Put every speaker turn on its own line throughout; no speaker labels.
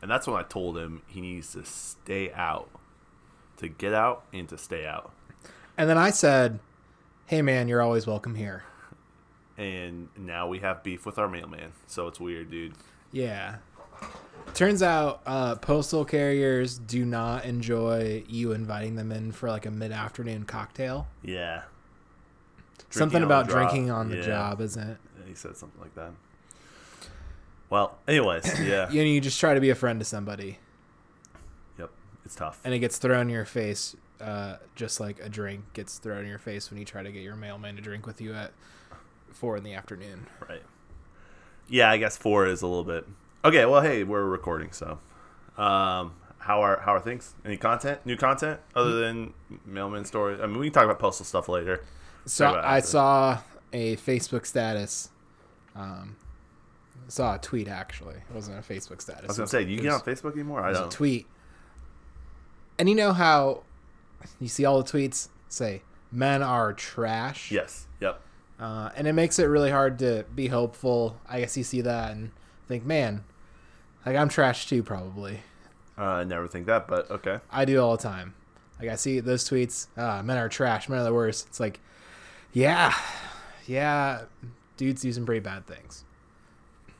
And that's when I told him he needs to stay out, to get out and to stay out.
And then I said, "Hey man, you're always welcome here."
And now we have beef with our mailman. So it's weird, dude.
Yeah. Turns out uh, postal carriers do not enjoy you inviting them in for like a mid-afternoon cocktail.
Yeah.
Something
on
about
the job.
drinking on the
Yeah.
job isn't.
He said something like that. Well, anyways, yeah.
You know, you just try to be a friend to somebody,
Yep. It's tough.
and it gets thrown in your face, uh, just like a drink gets thrown in your face when you try to get your mailman to drink with you at four in the afternoon.
Right. Yeah, I guess four is a little bit. Okay. Well, hey, we're recording, so um, how are how are things? Any content? New content other
Mm.
than mailman story? I mean, we can talk about postal stuff later.
So
Talk about
I
after.
saw a Facebook status. Um, saw a tweet actually. It wasn't a Facebook status.
I was gonna say, do you
it
get on
was-
Facebook anymore? I
it was a
don't.
tweet. And you know how you see all the tweets say men are trash.
Yes. Yep.
Uh, and it makes it really hard to be hopeful. I guess you see that and think, man, like I'm trash too, probably.
Uh, I never think that, but okay.
I do all the time. Like I see those tweets, ah, men are trash, men are the worst. It's like, yeah, yeah, dudes do some pretty bad things.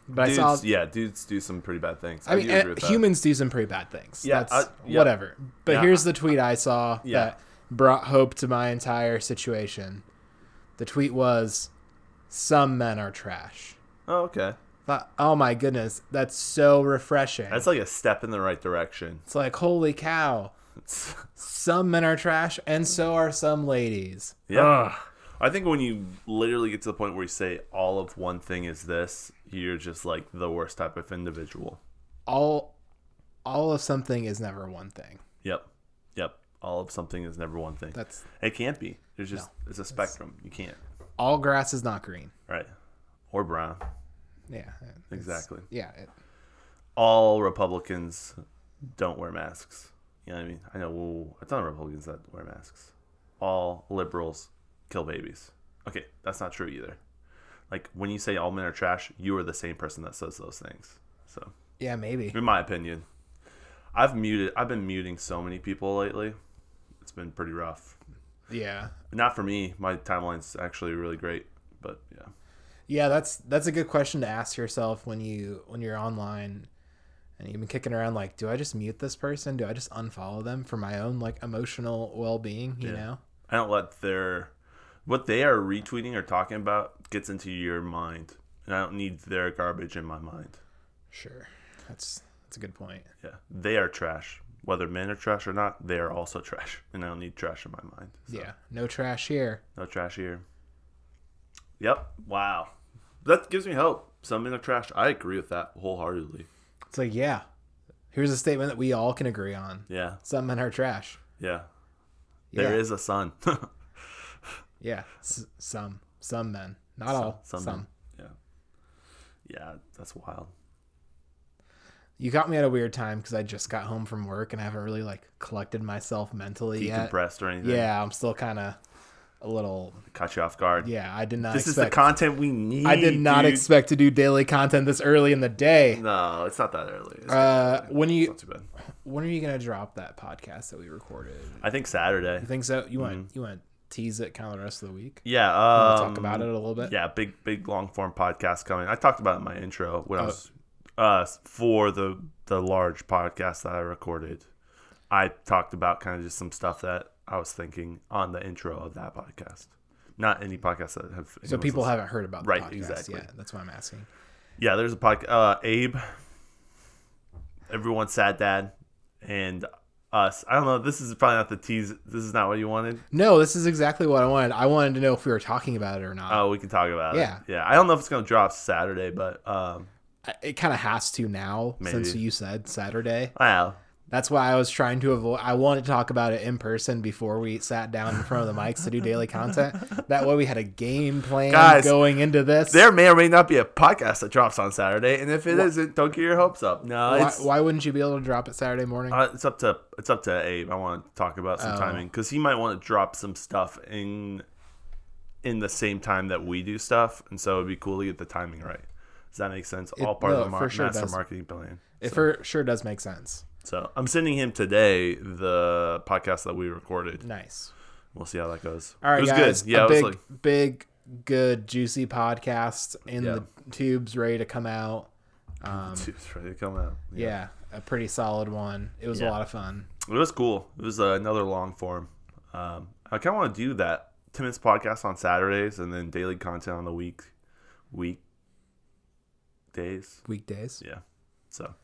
But
Dudes,
I saw,
yeah, dudes do some pretty bad things. I,
I mean,
do agree with
eh,
that.
humans do some pretty bad things.
Yeah,
That's
I- yeah.
whatever. But
Yeah.
here's the tweet I saw
Yeah.
that brought hope to my entire situation. The tweet was, "Some men are trash."
Oh, okay.
Thought, oh my goodness, that's so refreshing.
That's like a step in the right direction.
it's like, holy cow, some men are trash, and so are some ladies.
Yeah. I think when you literally get to the point where you say all of one thing is this, you're just like the worst type of individual.
all all of something is never one thing.
Yep. Yep. All of something is never one thing.
That's
it can't be. There's just it's a spectrum. You can't.
all grass is not green.
Right. Or brown.
Yeah. it's-
Exactly.
Yeah. It,
All Republicans don't wear masks. You know what I mean? I know whoa, a ton of Republicans that wear masks. All liberals kill babies. Okay, that's not true either. Like when you say all men are trash, you are the same person that says those things. So
yeah, maybe.
in my opinion. I've muted. I've been muting so many people lately. It's been pretty rough.
Yeah.
Not for me. My timeline's actually really great, but yeah,
Yeah, that's that's a good question to ask yourself when you when you're online and you've been kicking around like, do I just mute this person? Do I just unfollow them for my own like emotional well being, you
Yeah.
know?
I don't let their what they are retweeting or talking about gets into your mind, and I don't need their garbage in my mind.
Sure. That's that's a good point.
Yeah, they are trash. Whether men are trash or not, they are also trash, and I don't need trash in my mind. So,
Yeah. No trash here.
no trash here. Yep. Wow, that gives me hope. Some men are trash. I agree with that wholeheartedly.
It's like, yeah. Here's a statement that we all can agree on.
Yeah.
Some men are trash.
Yeah. There
Yeah.
is a sun.
Yeah, s- some some men, not all. Some.
Sun. Yeah. Yeah, that's wild.
You got me at a weird time because I just got home from work and I haven't really like collected myself mentally yet.
Decompressed or anything.
Yeah, I'm still kind of a little.
Caught you off guard.
Yeah, I did not.
This is the
expect,
content we need.
I did not
dude.
expect to do daily content this early in the day.
No, it's not that early. It's
Uh, when you
not too bad.
when are you gonna drop that podcast that we recorded?
I think Saturday.
You think so? You want you want to tease it kind of the rest of the week?
Yeah.
We'll
Mm-hmm. Um,
talk about it a little bit.
Yeah, big big long form podcast coming. I talked about it in my intro
Oh.
when I was uh for the the large podcast that I recorded. I talked about kind of just some stuff that I was thinking on the intro of that podcast. Not any podcast that have
So people haven't heard about the
Right,
podcast
exactly.
yet. That's why I'm asking.
Yeah, there's a podcast. Uh, Abe, everyone's sad dad, and us. I don't know. This is probably not the tease. This is not what you wanted.
No, this is exactly what I wanted. I wanted to know if we were talking about it or not.
Oh, we can talk about
Yeah.
it. Yeah, yeah. I don't know if it's gonna drop Saturday, but um,
I- it kind of has to now since
Maybe.
you said Saturday.
wow.
That's why I was trying to avoid. I wanted to talk about it in person before we sat down in front of the mics to do daily content. That way we had a game plan
Guys,
going into this.
There may or may not be a podcast that drops on Saturday, and if it not don't get your hopes up. No,
why,
it's
why wouldn't you be able to drop it Saturday morning?
uh, it's up to it's up to Abe. I want to talk about some
Oh.
timing because he might want to drop some stuff in in the same time that we do stuff, and so it'd be cool to get the timing right. Does that make sense? All part
no,
of the mar-
for sure
master
does.
marketing plan.
It for sure does make sense.
So I'm sending him today the podcast that we recorded.
Nice.
We'll see how that goes.
All right,
it was
guys.
good. Yeah,
a
it was
big,
like,
big, good, juicy podcast in
Yeah.
the tubes, ready to come out. Um,
dude, it's ready to come out.
yeah. a pretty solid one. It was
Yeah.
a lot of fun.
It was cool. It was uh, another long form. Um, I kind of want to do that ten minutes podcast on Saturdays and then daily content on the week, week days.
Weekdays.
Yeah. So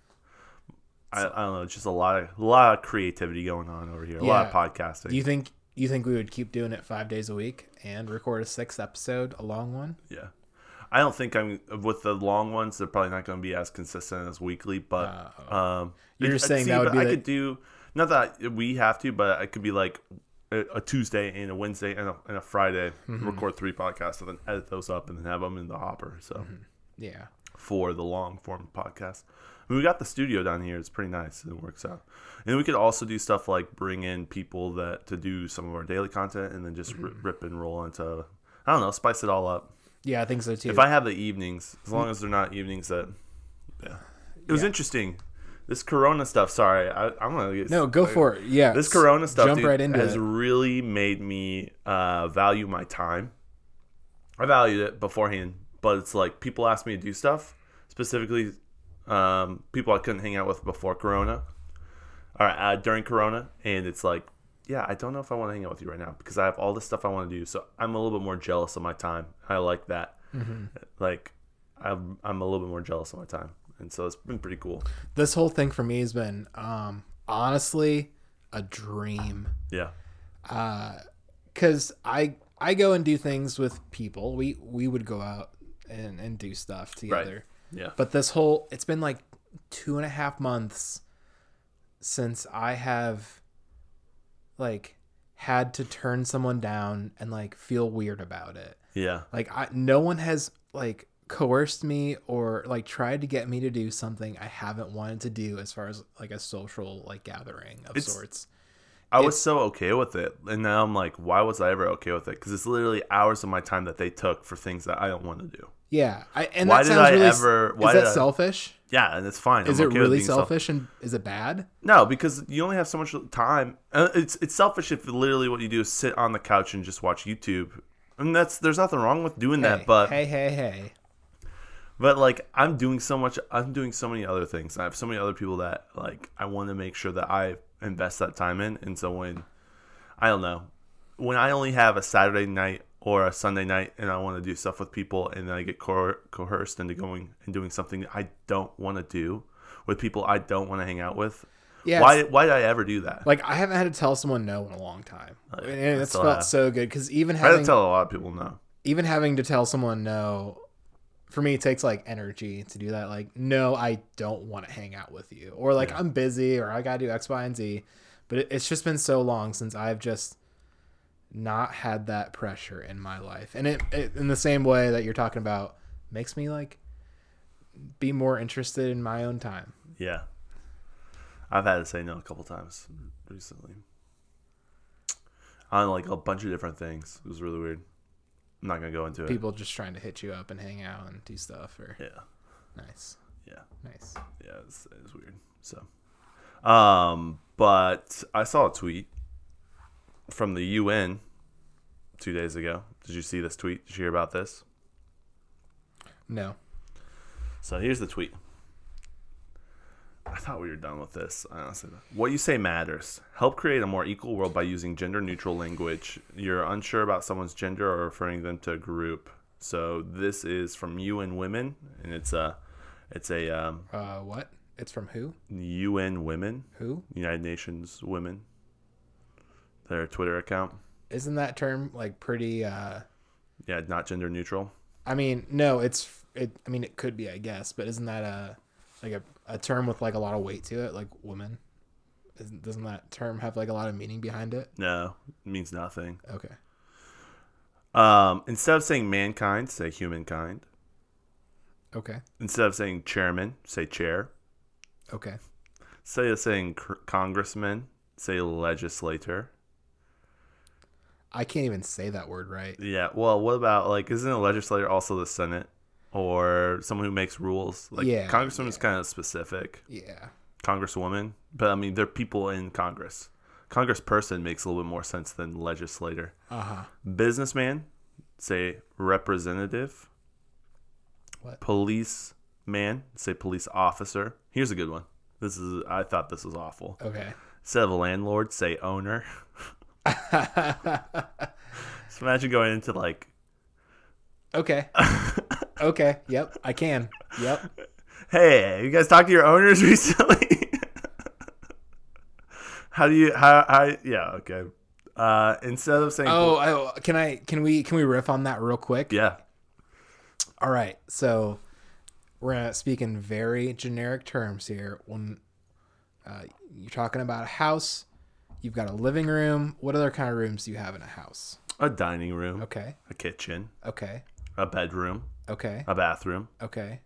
I, I don't know. It's just a lot of lot of creativity going on over here. A lot of
Yeah.
podcasting.
Do you think you think we would keep doing it five days a week and record a sixth episode, a long one?
yeah. I don't think I'm with the long ones. They're probably not going to be as consistent as weekly, but um,
Uh, You're
it-
just saying that would
but
be
I
like-
could do not that we have to, but I could be like a, a Tuesday and a Wednesday and a, and a Friday,
Mm-hmm.
record three podcasts and then edit those up and then have them in the hopper. So
Mm-hmm. Yeah.
for the long form podcast. I mean, we got the studio down here; it's pretty nice, and it works out. And we could also do stuff like bring in people that to do some of our daily content, and then just
Mm-hmm.
ri rip and roll into I don't know, spice it all up.
Yeah, I think so too.
If I have the evenings, as long as they're not evenings that, yeah, it was interesting. This Corona stuff. Sorry, I, I'm gonna get
no, go for it. Yeah.
This Corona stuff
Jump
dude,
right into
has
it.
really made me uh, value my time. I valued it beforehand, but it's like people ask me to do stuff, specifically um, people I couldn't hang out with before Corona, or uh, during Corona, and it's like, yeah, I don't know if I want to hang out with you right now because I have all this stuff I want to do. So I'm a little bit more jealous of my time. I like that.
Mm-hmm.
Like, I'm, I'm a little bit more jealous of my time, and so it's been pretty cool.
This whole thing for me has been um, honestly a dream.
Yeah,
because I I go and do things with people. We we would go out and and do stuff together.
yeah,
But this whole it's been like two and a half months since I have like had to turn someone down and like feel weird about it.
yeah,
Like I no one has like coerced me or like tried to get me to do something I haven't wanted to do as far as like a social like gathering of sorts.
I was so okay with it, and now I'm like, why was I ever okay with it? Because it's literally hours of my time that they took for things that I don't want to do.
Yeah, I, and
Why
that
did
sounds
I
really, s-
ever- why
is that
did I-
selfish?
Yeah, and it's fine.
Is
I'm
it
okay with
really
being self-
selfish and is it bad?
No, because you only have so much time. Uh, It's it's selfish if literally what you do is sit on the couch and just watch YouTube, and that's there's nothing wrong with doing
Hey,
that. But
hey, hey, hey.
but like I'm doing so much, I'm doing so many other things. I have so many other people that like I want to make sure that I invest that time in. And so when I don't know, when I only have a Saturday night or a Sunday night and I want to do stuff with people, and then I get coer- coerced into going and doing something I don't want to do with people I don't want to hang out with.
Yeah,
why?
it's-
Why did I ever do that?
Like I haven't had to tell someone no in a long time, and it's
still
felt
have.
so good because even
I had to
having
tell a lot of people no.
even having to tell someone no, for me it takes like energy to do that. Like no, I don't want to hang out with you, or like I'm busy, or I gotta do X, Y, and Z. But it, it's just been so long since I've just not had that pressure in my life, and it, it in the same way that you're talking about makes me like be more interested in my own time.
Yeah, I've had to say no a couple times recently on like a bunch of different things. It was really weird. I'm not gonna go into it.
people just trying to hit you up and hang out and do stuff or
Yeah,
nice
yeah.
nice
yeah, it's, it's weird. So, um, but I saw a tweet from the UN two days ago. Did you see this tweet? Did you hear about this?
no
So here's the tweet. I thought we were done with this. I honestly, what you say matters. Help create a more equal world by using gender-neutral language. You're unsure about someone's gender or referring them to a group. So this is from UN Women, and it's a, it's a um,
uh what it's from who
UN Women.
who
United Nations Women, their Twitter account.
isn't that term like pretty uh
Yeah, not gender neutral.
i mean no it's it i mean it could be i guess but isn't that a like a, a term with like a lot of weight to it like woman isn't, doesn't that term have like a lot of meaning behind it
No, it means nothing.
okay
Um, instead of saying mankind, say humankind.
okay
Instead of saying chairman, say chair.
okay
Instead of saying cr- congressman, say legislator.
i can't even say that word right
Yeah, well, what about like, isn't a legislator also the Senate? or someone who makes rules. Like
Yeah,
congressman is
yeah.
kind of specific.
Yeah.
Congresswoman, but I mean they're people in Congress. Congressperson makes a little bit more sense than legislator.
Uh huh.
Businessman, say representative.
What?
Police man, say police officer. Here's a good one. This is I thought this was awful.
Okay.
Instead of landlord, say owner. So imagine going into like,
okay. Okay. Yep. I can. Yep.
hey, you guys talked to your owners recently? how do you how I yeah okay. Uh, instead of saying
Oh, oh, can I? Can we? Can we riff on that real quick?
yeah
All right. So we're gonna speak in very generic terms here. When uh, you're talking about a house, you've got a living room. What other kind of rooms do you have in a house?
a dining room,
Okay.
a kitchen,
Okay.
a bedroom,
Okay.
a bathroom.
Okay.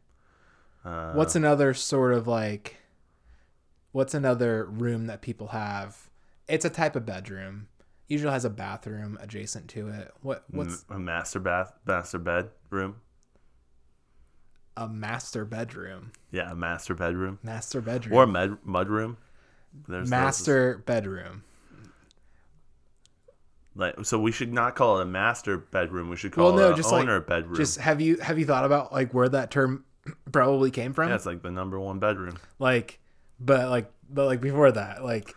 Uh,
What's another sort of like? What's another room that people have? It's a type of bedroom. Usually has a bathroom adjacent to it. What? What's
a master bath master bedroom?
a master bedroom?
Yeah, a master bedroom
Master bedroom.
or a med, mud room. There's those-
master bedroom.
like so we should not call it a master bedroom. We should call
Well, no,
it
just
an
like-
owner bedroom.
Just have you have you thought about like where that term probably came from?
yeah, it's like the number one bedroom.
Like, but like, but like before that, like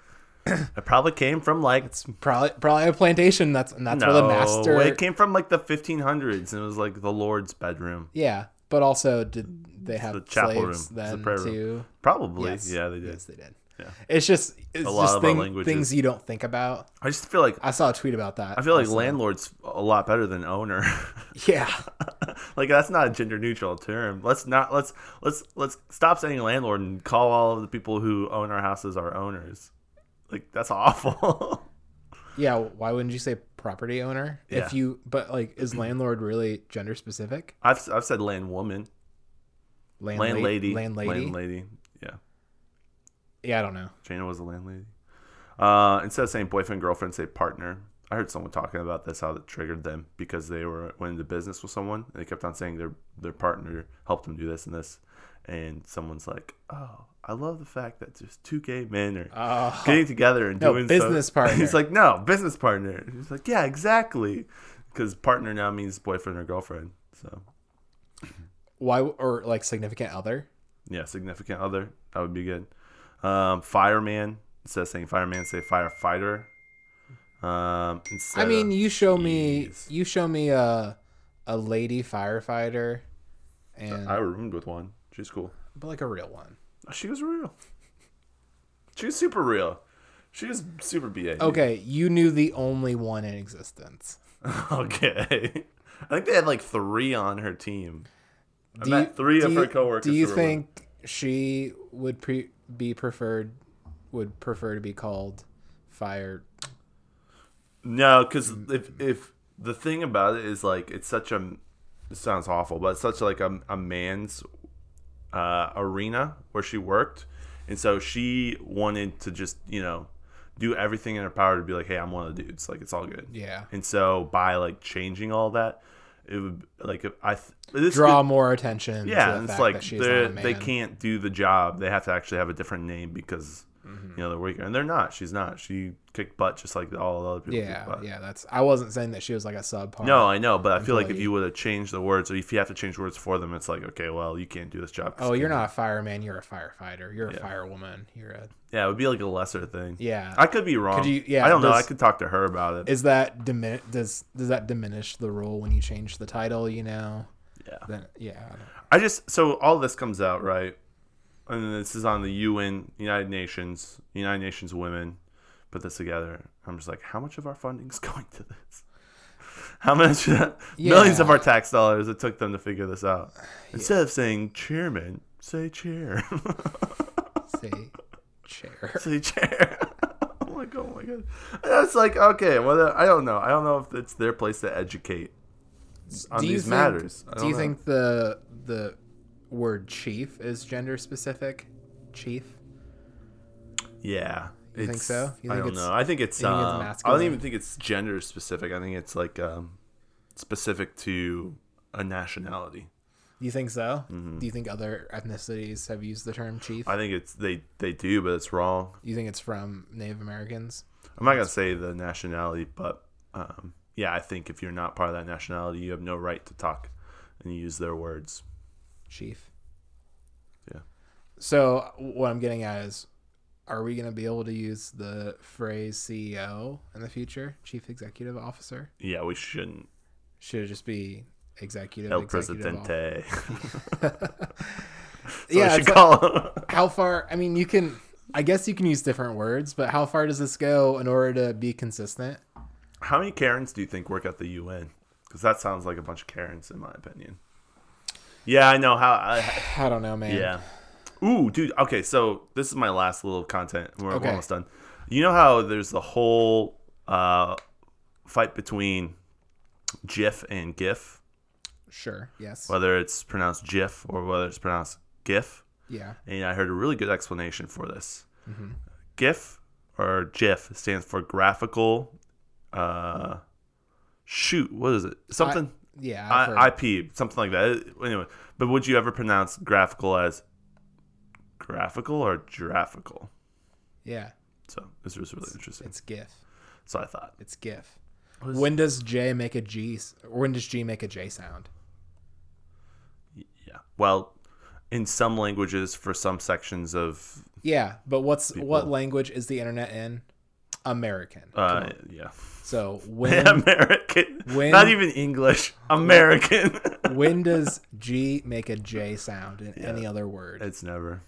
It probably came from like
it's probably probably a plantation. That's and that's
no,
where the master.
it came from like the 1500s, and it was like the Lord's bedroom.
yeah, but also did they have
the chapel room.
slaves
It's the
then
prayer room.
too?
Probably,
Yes.
yeah, they did.
Yes, they did.
Yeah.
It's just it's
lot
just
of our
thing-
languages-
things you don't think about.
I just feel like
I saw a tweet about that.
I feel like
also.
landlord's a lot better than owner.
Yeah.
like that's not a gender neutral term. Let's not let's let's let's stop saying landlord and call all of the people who own our houses our owners. Like that's awful.
Yeah, why wouldn't you say property owner?
Yeah.
If you but like is landlord really gender specific?
I've I've said land woman, landlady,
Landlady. Landlady.
landlady. Yeah,
Yeah, I don't know.
Jana was a landlady. Uh, instead of saying boyfriend girlfriend, say partner. I heard someone talking about this how that triggered them because they were went into business with someone and they kept on saying their their partner helped them do this and this, and someone's like, oh, I love the fact that just two gay men are
Oh,
getting together and
No,
doing
business
so-
partner.
He's like, no, business partner. He's like, yeah, exactly, because partner now means boyfriend or girlfriend. So
why or like significant other?
yeah, significant other that would be good. Um, fireman instead of saying fireman, say firefighter. Um, instead
I mean,
of-
you show me
Jeez.
you show me a a lady firefighter and
I roomed with one. She's cool.
but like a real one.
She was real. She was super real. She was super ba.
Okay, you knew the only one in existence.
okay. I think they had like three on her team.
do
met three
do
of her coworkers
Do you
who were
think she would pre- be preferred? Would prefer to be called fire?
No, because if if the thing about it is like it's such a it sounds awful, but it's such like a, a man's uh, arena where she worked, and so she wanted to just you know do everything in her power to be like, hey, I'm one of the dudes, like it's all good.
Yeah.
And so by like changing all that, it would like if I th- this
Draw more attention. to
yeah,
the
and it's
fact
like
that she's not a
they're- they
man.
can't do the job. They have to actually have a different name because you
Mm-hmm.
know they're weaker, and they're not. She's not. She kicked butt just like all the other people. kicked
Yeah,
butt.
yeah. That's. I wasn't saying that she was like a subpar.
No, I know, but I feel like if
employee.
you would have changed the words, or if you have to change words for them, it's like, okay, well, you can't do this job. 'cause
Oh,
you
you're
can't-
not a fireman. You're a firefighter. You're a firewoman. You're a.
Yeah, it would be like a lesser thing.
Yeah.
I could be wrong.
Could you- yeah,
I don't know. I
does-
could talk to her about it.
Is that dimin- does does that diminish the role when you change the title? You know.
Yeah.
Then yeah. I don't-
I just so all this comes out right, and this is on the UN, United Nations, United Nations Women, put this together. I'm just like, how much of our funding is going to this? How much millions of
Yeah.
our tax dollars it took them to figure this out? Instead of saying chairman, say chair,
Say chair.
say chair. I'm like, oh my god, that's like okay. Well, I don't know. I don't know if it's their place to educate on
Do you
these
think-
matters. I
Do
don't
you
know.
think the the word chief is gender specific? Chief?
Yeah.
You think
It's-
so? You
I don't
think it's-
know. I think it's,
you think it's
um, I
masculine?
don't even think it's gender specific. I think it's like um, specific to a nationality.
Do you think so? Do you think other ethnicities have used the term chief?
Mm-hmm. I think it's they they do, but it's wrong.
you think it's from Native Americans?
I'm not gonna say the nationality, but um, yeah, I think if you're not part of that nationality, you have no right to talk and use their words.
Chief.
Yeah.
So what I'm getting at is, are we going to be able to use the phrase CEO in the future, Chief Executive Officer?
Yeah, we shouldn't.
Should it just be Executive?
El
executive officer?
Presidente. yeah,
Yeah.
should
it's like,
call him.
how far? I mean, you can. I guess you can use different words, but how far does this go in order to be consistent?
How many Karens do you think work at the UN? Because that sounds like a bunch of Karens, in my opinion. Yeah, I know how. I,
I don't know, man.
yeah. Ooh, dude. Okay, so this is my last little content. We're, we're
Okay.
almost done. You know how there's the whole uh, fight between GIF and GIF,
Sure. Yes.
whether it's pronounced GIF or whether it's pronounced GIF.
yeah.
and I heard a really good explanation for this.
Mm-hmm.
GIF or GIF stands for graphical. Uh, shoot, what is it? Something
Yeah. I've heard-
I, IP, something like that. It- Anyway, but would you ever pronounce graphical as graphical or graphical?
yeah.
So this was really interesting.
It's GIF.
So I thought
It's GIF.
is-
When does J make a G? s- Or when does G make a J sound?
Yeah. Well, in some languages, for some sections of
Yeah, but what's what language is the internet in? American.
uh, yeah,
So when
American,
when-
not even English, American.
when does G make a J sound in any other word?
it's never.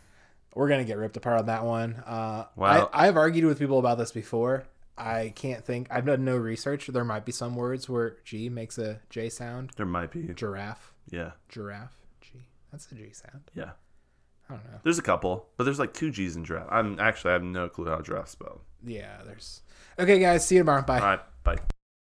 We're gonna get ripped apart on that one. Uh,
Wow.
I, I've argued with people about this before. I can't think. I've done no research. There might be some words where G makes a J sound.
There might be.
Giraffe,
Yeah.
giraffe, G. That's a G sound.
Yeah.
I don't know.
There's a couple, but there's like two G's in giraffe. I'm actually I have no clue how giraffe spelled.
Yeah, there's. Okay, guys. See you tomorrow. Bye.
All right, bye.